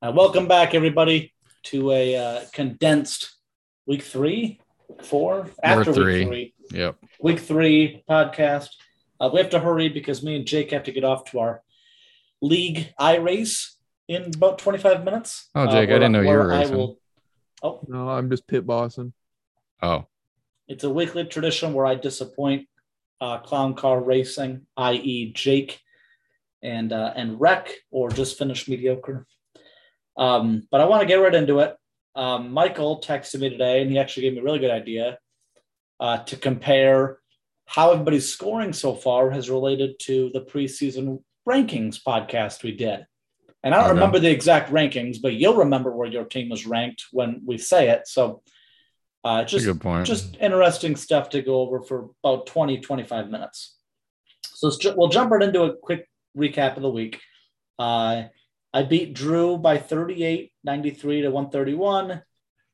Uh, welcome back, everybody, to a uh, condensed week three, four, after three. week three, Yep. week three podcast. Uh, we have to hurry because me and Jake have to get off to our league I race in about 25 minutes. Uh, Oh, Jake, I where- didn't know you were where I racing. will- oh, No, I'm just pit bossing. Oh, it's a weekly tradition where I disappoint uh, clown car racing, i.e., Jake and uh, and wreck or just finish mediocre. Um, but I want to get right into it. Um, Michael texted me today, and he actually gave me a really good idea uh, to compare how everybody's scoring so far has related to the preseason rankings podcast we did. And I don't Okay. remember the exact rankings, but you'll remember where your team was ranked when we say it. So uh, that's just a good point. just interesting stuff to go over for about 20 25 minutes so let's ju- we'll jump right into a quick recap of the week uh, i beat drew by 38 93 to 131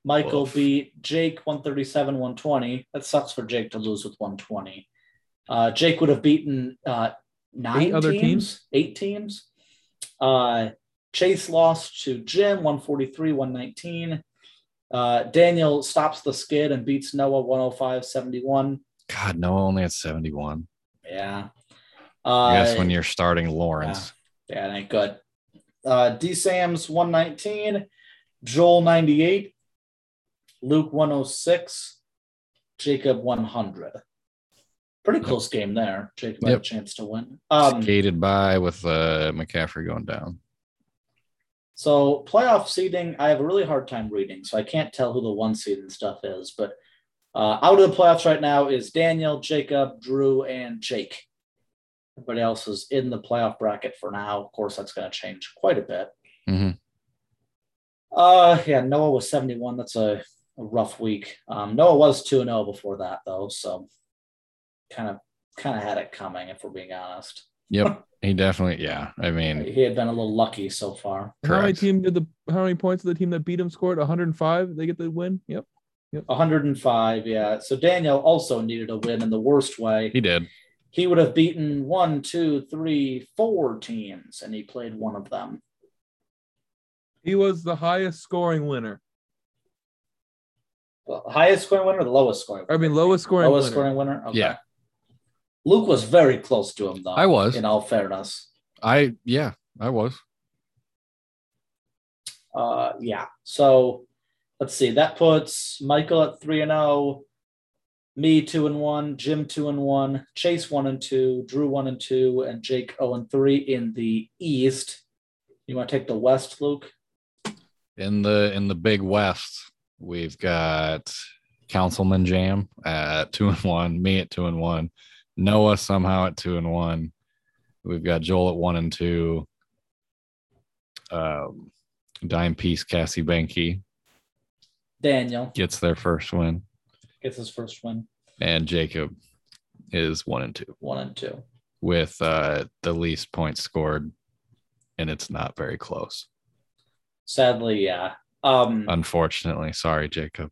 michael Woof. beat jake 137 120 that sucks for jake to lose with 120 uh, jake would have beaten uh, nine Eight other teams? eight teams uh, chase lost to jim 143 119 uh, Daniel stops the skid and beats Noah 105 71. God, no, only at 71. Yeah. I Uh, guess when you're starting Lawrence. yeah, that ain't good. Uh, D Sam's 119, Joel 98, Luke 106, Jacob 100. Pretty close game there. Jacob had Yep. a chance to win. Um, skated by with uh, McCaffrey going down. So playoff seeding, I have a really hard time reading, so I can't tell who the one seed and stuff is. But uh, out of the playoffs right now is Daniel, Jacob, Drew, and Jake. Everybody else is in the playoff bracket for now. Of course, that's going to change quite a bit. Mhm. Uh, yeah, Noah was seventy-one. That's a, a rough week. Um, Noah was two and zero before that, though, so kind of kind of had it coming. If we're being honest, Yep. he definitely, yeah. I mean, he had been a little lucky so far. How many Correct. team did the how many points did the team that beat him scored? 105. They get the win. Yep. 105, yeah. So Daniel also needed a win in the worst way. he did. He would have beaten one, two, three, four teams, and he played one of them. He was the highest scoring winner. The highest scoring winner, or the lowest scoring. I mean lowest scoring. lowest winner. scoring winner. Okay. Yeah. Luke was very close to him, though. I was. In all fairness, I, yeah, I was. uh, yeah. So let's see. That puts Michael at three and zero. Me two and one, Jim two and one, Chase one and two, Drew one and two, and Jake zero and three in the East. You want to take the West, Luke? In the in the Big West, we've got Councilman Jam at two and one, me at two and one, Noah somehow at two and one. We've got Joel at one and two. Um, dime piece Cassie Banky Daniel gets their first win, gets his first win, and Jacob is one and two one and two. with uh, the least points scored, and it's not very close. Sadly, yeah. Um, Unfortunately, sorry, Jacob.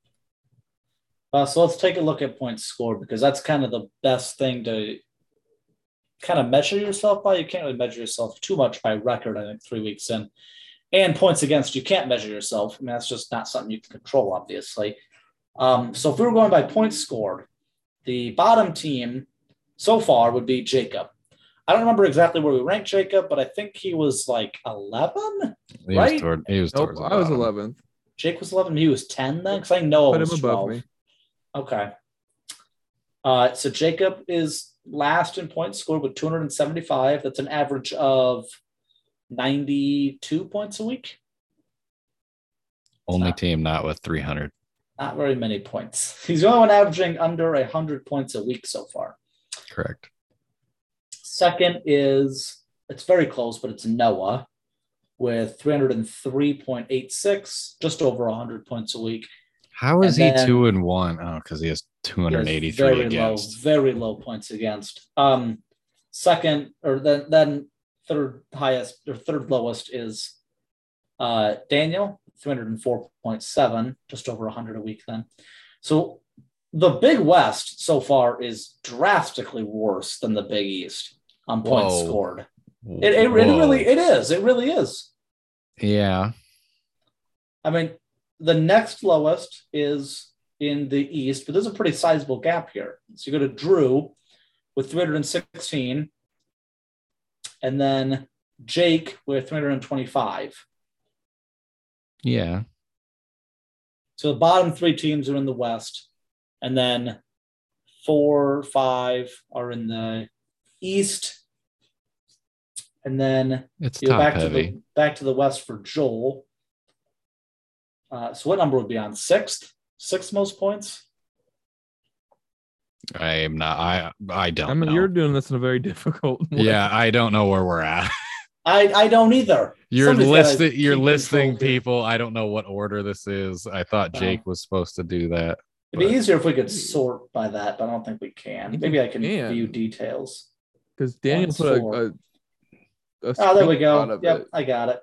uh, so let's take a look at points scored because that's kind of the best thing to kind of measure yourself by. You can't really measure yourself too much by record, I think, three weeks in. And points against, you can't measure yourself. I mean, that's just not something you can control, obviously. Um, so if we were going by points scored, the bottom team so far would be Jacob. I don't remember exactly where we ranked Jacob, but I think he was like 11. He Right? was toward. He was Nope, towards. the I was bottom. 11th. Jake was 11. He was 10 then? Because I know Put it him was above 12. me. Okay. Uh, so Jacob is last in points scored with 275. That's an average of 92 points a week. Only Not- team not with 300. Not very many points. He's the only one averaging under 100 points a week so far. Correct. Second is, it's very close, but it's Noah with 303.86, just over 100 points a week. How is And he then- two and one? Oh, because he has He has 283 against. Low, very low points against. Um, second or then then third highest or third lowest is uh, Daniel, 304.7, just over 100 a week then. So the Big West so far is drastically worse than the Big East on points Whoa. scored. It, it, it Whoa. really it is. It really is. Yeah. I mean, the next lowest is in the East, but there's a pretty sizable gap here. So you go to Drew with 316, and then Jake with 325. Yeah. So the bottom three teams are in the West, and then four, five are in the East, and then It's you go top back to heavy. the back to the West for Joel. Uh, so what number would be on sixth? Sixth most points. I am not I I don't I mean, know. you're doing this in a very difficult way. yeah, I don't know where we're at. I I don't either. You're Somebody's gotta listing you're keep listing control here. people. I don't know what order this is. I thought Wow. Jake was supposed to do that. It'd be but- easier if we could sort by that, but I don't think we can. Maybe I can Yeah. view details. Because Daniel Mine's put a, four. a, a Oh, there we screenshot go. of Yep, it. I got it.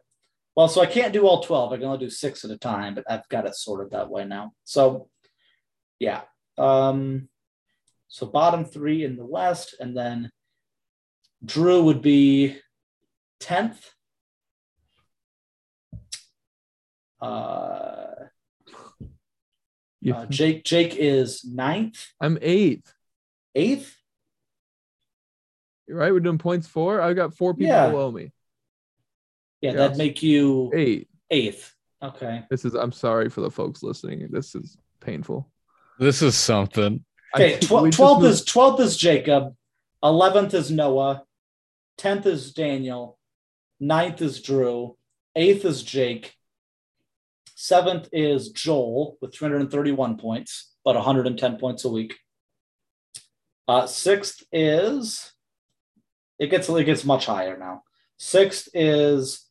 Well, so I can't do all 12. I can only do six at a time, but I've got it sorted that way now. So, yeah. Um, so, bottom three in the West, and then Drew would be 10th. Uh, You- uh, Jake Jake is ninth, I'm eight. eighth. Right? We're doing points four. I've got four people Yeah. below me. Yeah, Yeah. that'd make you Eight. eighth. Okay. This is I'm sorry for the folks listening. This is painful. This is something. I Okay, think tw- we just twelfth moved- is twelfth is Jacob, eleventh is Noah, tenth is Daniel, 9th is Drew, eighth is Jake, seventh is Joel with 331 points, but 110 points a week. Uh, sixth is it gets it gets much higher now. Sixth is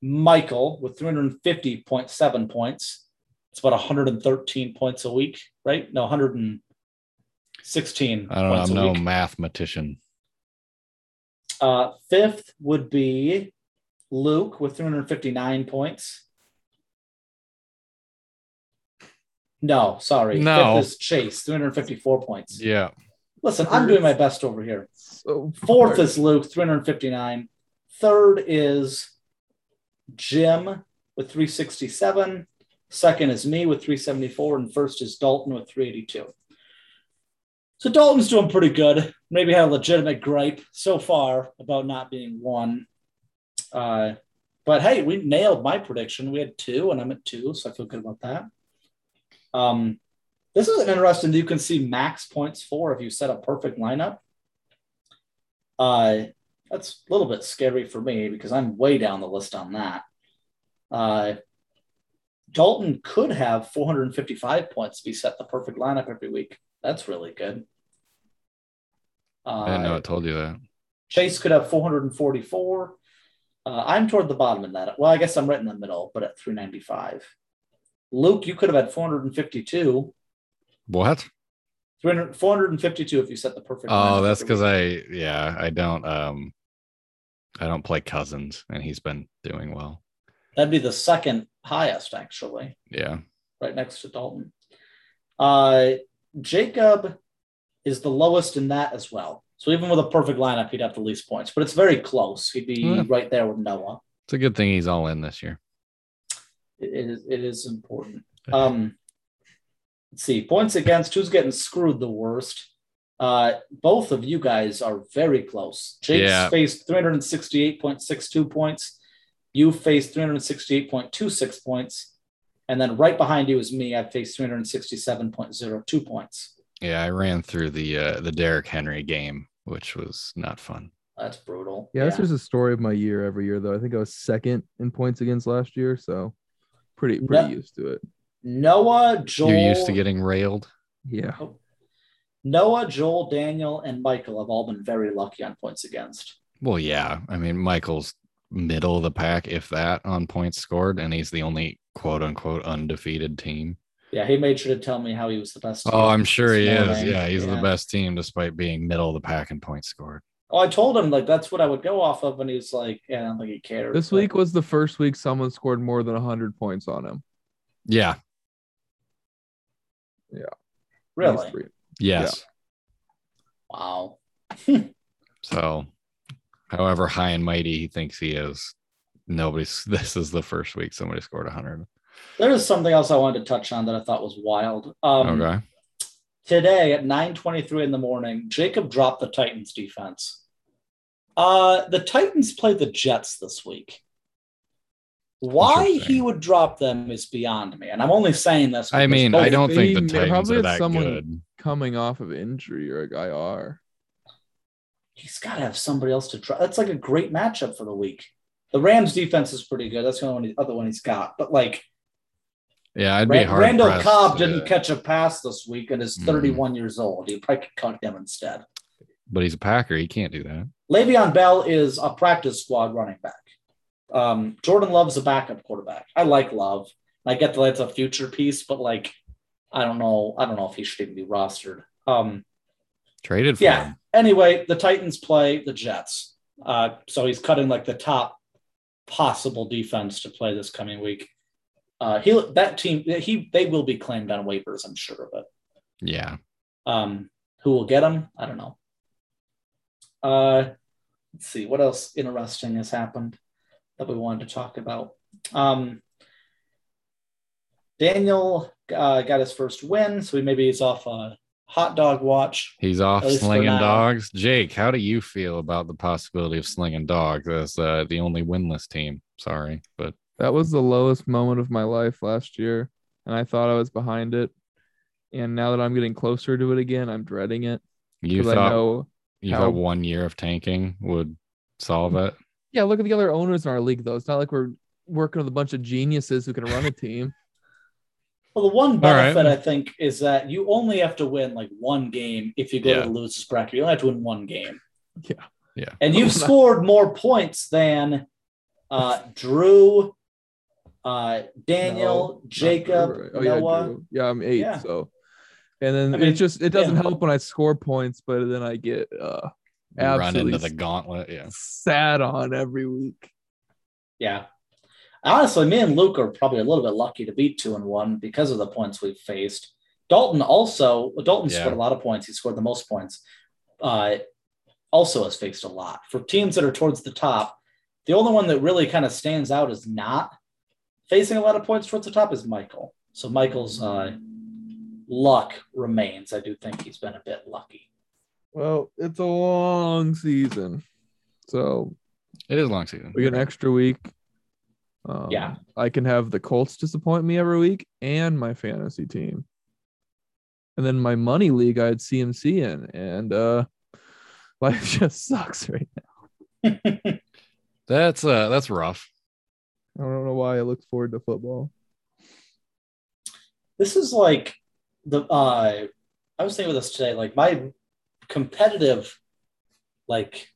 Michael with 350.7 points. It's about 113 points a week, right? No, 116 I don't know. points I'm a no week. mathematician. Uh, fifth would be Luke with 359 points. No, sorry. No. Fifth is Chase, 354 points. Yeah. Listen, I'm doing my best over here. so Fourth far. is Luke, 359. Third is Jim with 367. Second is me with 374. And first is Dalton with 382. So Dalton's doing pretty good. Maybe had a legitimate gripe so far about not being one. Uh, but hey, we nailed my prediction. We had two, and I'm at two, so I feel good about that. Um, this is interesting. You can see max points for if you set a perfect lineup. Uh, that's a little bit scary for me because I'm way down the list on that. Uh, Dalton could have 455 points if he set the perfect lineup every week. That's really good. I didn't know Uh, it told you that. Chase could have 444. Uh, I'm toward the bottom of that. Well, I guess I'm right in the middle, but at 395. Luke, you could have had 452. What? 300, 452 if you set the perfect. Oh, lineup that's every because week. I yeah, I don't um I don't play cousins and he's been doing well. That'd be the second highest, actually, Yeah. right next to Dalton. Uh, Jacob is the lowest in that as well. So even with a perfect lineup, he'd have the least points, but it's very close. He'd be Yeah. right there with Noah. It's a good thing he's all in this year. It- it is it is important. Um, let's see points against. Who's getting screwed the worst? Uh, both of you guys are very close. Jake's Yeah. faced 368.62 points. You faced 368.26 points. And then right behind you is me. I faced 367.02 points. Yeah, I ran through the uh the Derrick Henry game, which was not fun. That's brutal. yeah, this is a story of my year every year though. I think I was second in points against last year, so pretty pretty No. used to it. Noah, Joel. You're used to getting railed. Yeah. Noah, Joel, Daniel, and Michael have all been very lucky on points against. Well, yeah. I mean, Michael's middle of the pack, if that, on points scored, and he's the only quote unquote undefeated team. Yeah, he made sure to tell me how he was the best. Oh, I'm sure he Yeah, is. Yeah, he's yeah. the best team despite being middle of the pack in points scored. Oh, I told him like that's what I would go off of, and he's like, "Yeah, I don't think he cared." This But week was the first week someone scored more than 100 points on him. Yeah. At least really? three. Yes. Wow. So, however high and mighty he thinks he is, nobody's. This is the first week somebody scored 100. There is something else I wanted to touch on that I thought was wild. Um, okay. Today at 9:23 in the morning, Jacob dropped the Titans defense. Uh, the Titans play the Jets this week. Why he Interesting. would drop them is beyond me, and I'm only saying this. I because mean, both- I don't think the they may- Titans probably are had that someone- good. Coming off of injury or a IR. he's got to have somebody else to try. That's like a great matchup for the week. The Rams defense is pretty good. That's the only one, other one he's got. But like Yeah, I'd be Ran- hard. Randall pressed Cobb to- didn't catch a pass this week and is Mhm. 31 years old. He probably could cut him instead. but he's a Packer. He can't do that. Le'Veon Bell is a practice squad running back. Um, Jordan Love's a backup quarterback. I like Love. I get that it's a future piece, but like, I don't know. I don't know if he should even be rostered. Um, Traded for Yeah. him. anyway, the Titans play the Jets. Uh, so he's cutting like the top possible defense to play this coming week. Uh, he that team he they will be claimed on waivers, I'm sure of it. Yeah. Um, who will get him? I don't know. Uh, let's see what else interesting has happened that we wanted to talk about. Um, Daniel uh, got his first win, so he maybe he's off a hot dog watch. He's off At least for slinging now. dogs. Jake, how do you feel about the possibility of slinging dogs as uh, the only winless team? Sorry, but That was the lowest moment of my life last year, and I thought I was behind it. And now that I'm getting closer to it again, I'm dreading it you because I thought know. you how- thought one year of tanking would solve it. Yeah, look at the other owners in our league, though. It's not like we're working with a bunch of geniuses who can run a team. Well, the one All right. benefit I think is that you only have to win like one game if you go to Yeah. the losers bracket. You only have to win one game. Yeah. Yeah. And you've scored more points than uh, Drew, uh, Daniel, Jacob, Not Drew, right? Oh, yeah, Noah. Drew. Yeah, I'm eight. Yeah. So, and then I mean, it just it doesn't yeah. help when I score points, but then I get uh You Run Absolutely. into the gauntlet. Yeah. sat on every week. Yeah. Honestly, me and Luke are probably a little bit lucky to be two and one because of the points we've faced. Dalton also, Dalton Yeah. scored a lot of points. He scored the most points. Uh, also has faced a lot. For teams that are towards the top, the only one that really kind of stands out is not facing a lot of points towards the top is Michael. So Michael's uh, luck remains. I do think he's been a bit lucky. Well, it's a long season, so It is long season. we get an extra week. Um, Yeah. I can have the Colts disappoint me every week and my fantasy team. And then my money league I had CMC in and uh life just sucks right That's uh that's rough. now. I don't know why I look forward to football. this is like the uh i was thinking with this today like my competitive like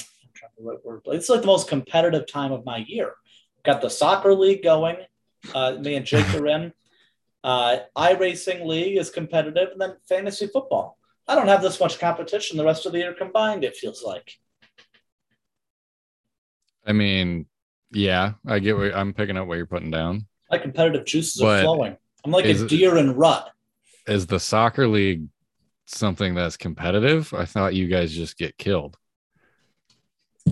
I'm trying to remember what word- it's like the most competitive time of my year got the soccer league going uh me and jake are in uh racing league is competitive and then fantasy football i don't have this much competition the rest of the year combined it feels like I mean, yeah, I get what I'm picking up what you're putting down. my competitive juices But are flowing i'm like is a it- deer in rut Is the soccer league something that's competitive? I thought you guys just get killed.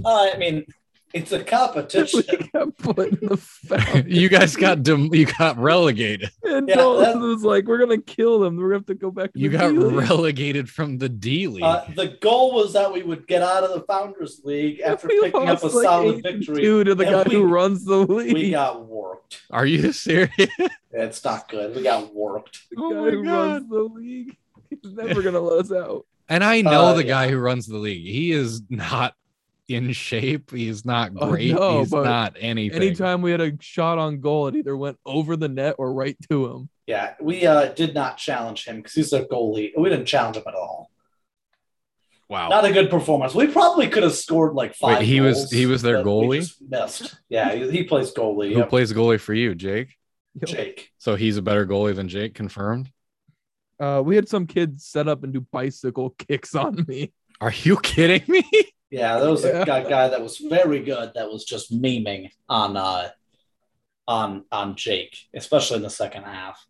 uh, i mean it's a competition We got put in the fountain. you guys got dem- you got relegated. And Yeah, Dalton that's- was like, "We're gonna kill them. We're gonna have to go back." to You the got D league." relegated from the D league. Uh, the goal was that we would get out of the Founders League after We picking up a lost, like, solid 8 to victory. two to the and guy we- who runs the league. We got worked. Are you serious? It's not good. We got worked. the Oh guy my who runs the league. He's never gonna let us out. And I know Uh, the yeah. guy who runs the league. He is not in shape. He's not Oh, great. no, He's but not anything. Anytime we had a shot on goal, it either went over the net or right to him. Yeah, we uh, did not challenge him because he's a goalie. We didn't challenge him at all. wow. Not a good performance. We probably could have scored like Oh. Wait, five. he was- goals, he was their but we goalie? just Missed. Yeah, he, he plays goalie. Who Yep, plays goalie for you, Jake? Jake. So he's a better goalie than Jake, confirmed. Uh, we had some kids set up and do bicycle kicks on me. Are you kidding me? Yeah, there was Yeah. a guy, guy that was very good that was just memeing on uh, on on Jake, especially in the second half.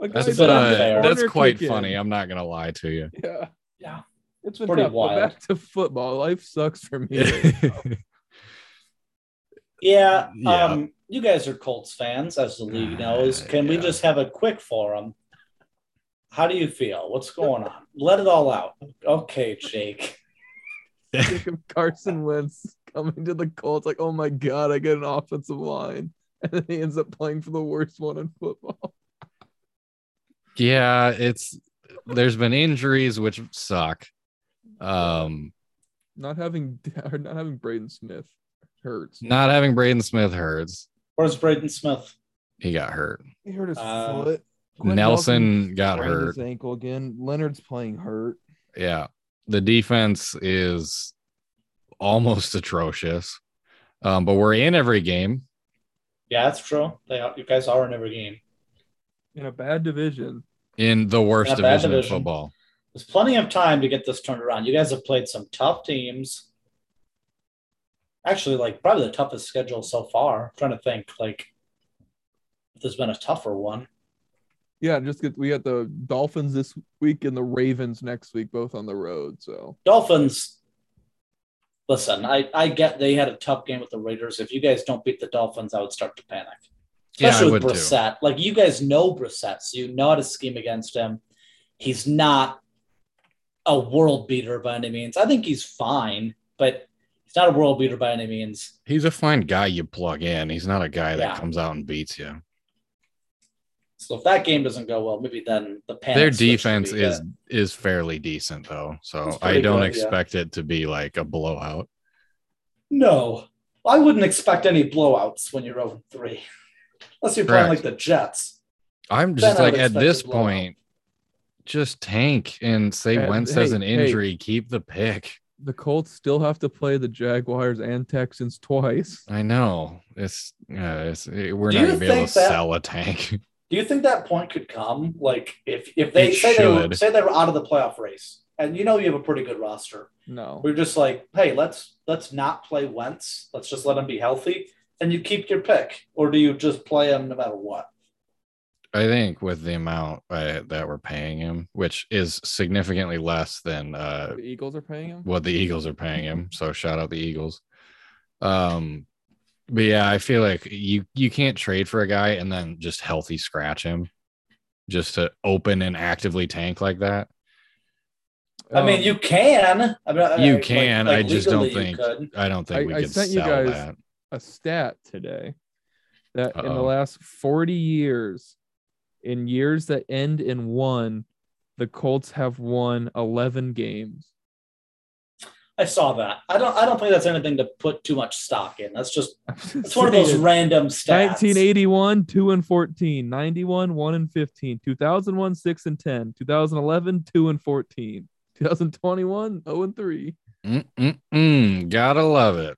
A guy That's, That's set up unfair. a uh, that's corner quite kick in. funny. I'm not gonna lie to you. Yeah, Yeah. it's been Pretty tough, but wild. Back to football. Life sucks for me. Yeah. Yeah. Yeah. Ah, Um, you guys are Colts fans, as the league knows. Can we Yeah. just have a quick forum? How do you feel? What's going on? Let it all out. Okay, Jake. Jacob Carson Wentz coming to the Colts, like, oh my god, I get an offensive line, and then he ends up playing for the worst one in football. Yeah, it's there's been injuries which suck. Um, Not having or not having Braden Smith hurts. not having Braden Smith hurts. Where's Braden Smith? He got hurt. He hurt his Uh, foot. Nelson got sprained hurt. His ankle again. Leonard's playing hurt. Yeah. The defense is almost atrocious. Um, but we're in every game. Yeah, that's true. They are, you guys are in every game. in a bad division. in the worst Not bad division, of division. football. There's plenty of time to get this turned around. You guys have played some tough teams. Actually, like probably the toughest schedule so far. I'm trying to think like if there's been a tougher one. Yeah, just get we got the Dolphins this week and the Ravens next week, both on the road. So Dolphins. Listen, I, I get they had a tough game with the Raiders. If you guys don't beat the Dolphins, I would start to panic. Especially yeah, I with would too. Brissett. Like you guys know Brissett, so you know how to scheme against him. He's not a world beater by any means. I think he's fine, but he's not a world beater by any means. He's a fine guy you plug in. He's not a guy that Yeah. comes out and beats you. So if that game doesn't go well, maybe then the panic Their switch would defense be is good. is fairly decent though, so It's I pretty don't good, yeah. expect it to be like a blowout. no. I wouldn't expect any blowouts when you're over three, unless you're playing Correct. like the Jets. I'm just I would like at expect a this blowout. point, just tank and say And Wentz hey, has an hey. injury, keep the pick. the Colts still have to play the Jaguars and Texans twice. I know it's, uh, it's it- we're Do not you gonna be able think to that- sell a tank. Do you think that point could come? Like if if they It say they were, should. say they were out of the playoff race, and you know you have a pretty good roster. No, We're just like, hey, let's let's not play Wentz. Let's just let him be healthy, and you keep your pick, or do you just play him no matter what? I think with the amount uh, that we're paying him, which is significantly less than uh, the Eagles are paying him. what the Eagles are paying him. So shout out the Eagles. Um, but yeah, I feel like you you can't trade for a guy and then just healthy scratch him, just to open and actively tank like that. I mean, Um, you can. I mean, I- Oh. You like- can, like I just don't legally you think- could. I don't think I- we I could sent you sell guys- that. a stat today that in the Uh-oh. last 40 years, in years that end in one, the Colts have won 11 games. I saw that. I don't. I don't think that's anything to put too much stock in. That's just. I'm just It's one of those saying. random stats. 1981, 2 and 14, 91, 1 and 15, 2001, 6 and 10, 2011, 2 and 14, 2021, 0 and 3. Mm-mm-mm, gotta love it.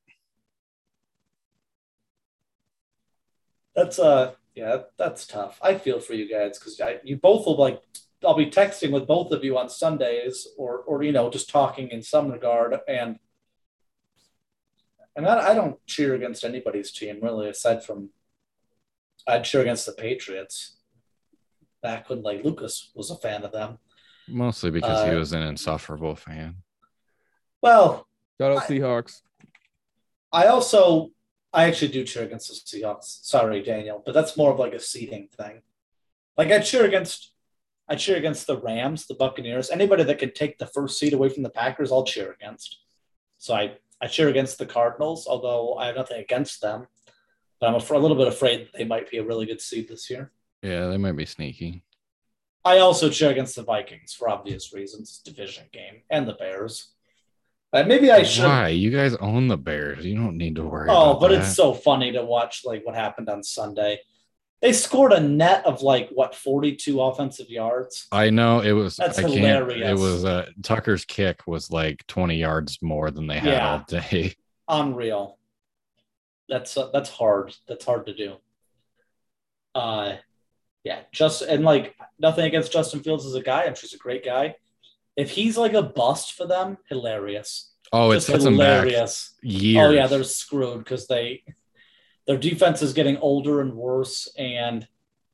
That's uh yeah, that's tough. I feel for you guys because you both will like. I'll be texting with both of you on Sundays, or or you know just talking in some regard, and and I, I don't cheer against anybody's team really, aside from I cheer against the Patriots. Back when like Lucas was a fan of them. Mostly because he Uh, was an insufferable fan. Well, Shout out I- Seahawks. I also I actually do cheer against the Seahawks. Sorry, Daniel, but that's more of like a seating thing. Like I cheer against I cheer against the Rams, the Buccaneers, anybody that could take the first seat away from the Packers, I'll cheer against. So I I cheer against the Cardinals, although I have nothing against them. But I'm a, a little bit afraid they might be a really good seed this year. Yeah, they might be sneaky. I also cheer against the Vikings for obvious reasons. It's a division game and the Bears. Uh, maybe I should Why? You guys own the Bears. You don't need to worry. Oh, about but that. it's so funny to watch like what happened on Sunday. They scored a net of like what 42 offensive yards. I know it was. That's I can't, It hilarious. was uh, Tucker's kick was like twenty yards more than they had Yeah. all day. Unreal. That's uh, that's hard. That's hard to do. Uh yeah, just and like nothing against Justin Fields as a guy. I'm sure he's a great guy. If he's like a bust for them, hilarious. Oh, it just sets them back hilarious. years. Oh yeah, they're screwed because they their defense is getting older and worse, and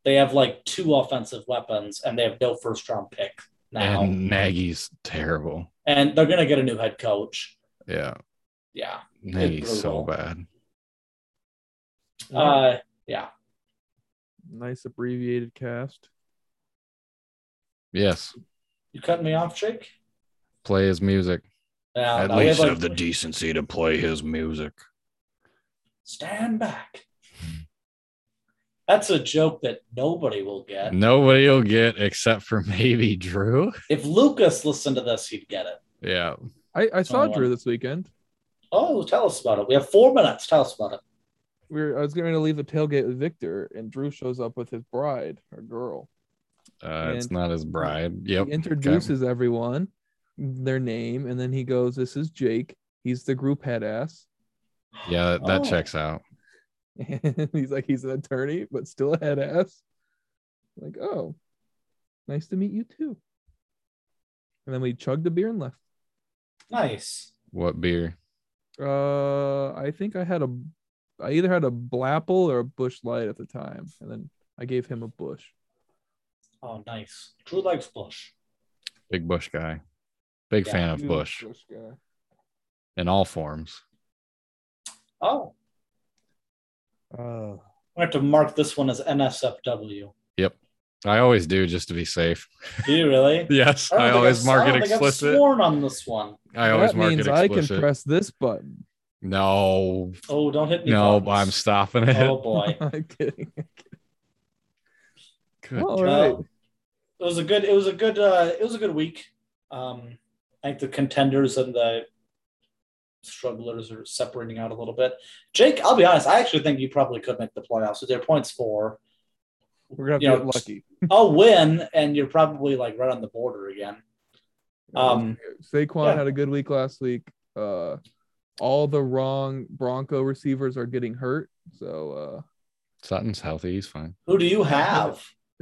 they have like two offensive weapons, and they have no first round pick now, and, and Nagy's terrible. they're gonna get a new head coach. Yeah, Yeah, Nagy's so brutal. bad. uh, Nice abbreviated cast. Yes, You cutting me off, Jake? play his music. Yeah, At no, we have, least like- have the decency to play his music. stand back. Hmm. That's a joke that nobody will get. Nobody will get except for maybe Drew. If Lucas listened to this, he'd get it. Yeah. I, I saw Oh, Drew this weekend. Oh, tell us about it. We have four minutes. Tell us about it. We were, I was going to leave the tailgate with Victor, and Drew shows up with his bride, or girl. Uh, it's And- not his bride. Yep. He introduces everyone, their name, and then he goes, "This is Jake. He's the group head ass." Yeah, that, that Oh. checks out. And he's like, he's an attorney, but still a head ass. Like, oh, nice to meet you too. And then we chugged a beer and left. Nice. What beer? Uh, I think I had a, I either had a Blapple or a Bush Light at the time, and then I gave him a Bush. Oh, nice. Drew likes Bush. Big Bush guy. Big Yeah, fan of Huge Bush guy. in all forms. Oh, Uh, Oh, we have to mark this one as NSFW. I always do just to be safe. Do you really? Oh, Yes, don't I, think always I've- mark I it don't think I've explicit. sworn on this one. I always that mark means it I can explicit. press this button. no, Oh, don't hit me. no, buttons. I'm stopping it. Oh boy, I'm kidding. Good. All right. Well, it was a good. It was a good. Uh, it was a good week. Um, I think the contenders and the strugglers are separating out a little bit. Jake, I'll be honest. I actually think you probably could make the playoffs with their points for We're gonna have you to know, get lucky. a win, and you're probably like right on the border again. Um, Saquon yeah. had a good week last week. Uh, all the wrong Bronco receivers are getting hurt. So Sutton's healthy. He's fine. Who do you have? uh,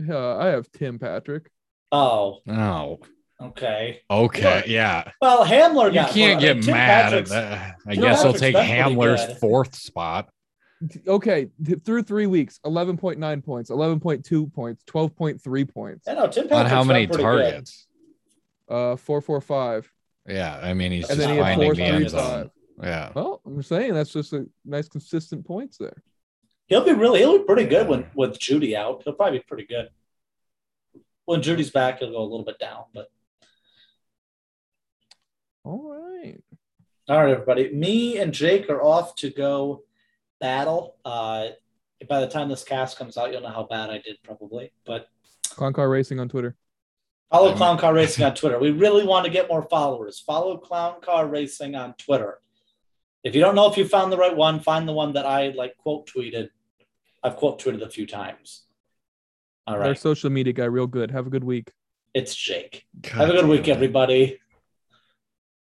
yeah, I have Tim Patrick. Oh, Oh, okay. okay. Look, yeah. Well, Hamler You got. can't hurt. get Tim mad Patrick's- at that. I Tim guess Patrick's he'll take been pretty Hamler's good. fourth spot. Okay, th- through three weeks, eleven point nine points, eleven point two points, twelve point three points, I know Tim Patrick's On how been many pretty good. targets? uh, four four five, Yeah, I mean, he's and just then he had finding four the three end threes zone. five. Yeah. Well, I'm saying that's just a nice consistent points there. He'll be really, he'll be pretty good Yeah. when with Judy out. He'll probably be pretty good. When Judy's back, he'll go a little bit down. But All right. all right, everybody. Me and Jake are off to go battle. Uh, by the time this cast comes out, you'll know how bad I did probably. But Clown car racing on Twitter. follow I'm- Clown Car Racing on Twitter. We really want to get more followers. Follow Clown Car Racing on Twitter. If you don't know if you found the right one, find the one that I like quote tweeted. I've quote tweeted a few times. All Our right, social media guy, real good. Have a good week. it's Jake. God Have a good damn week, it. everybody.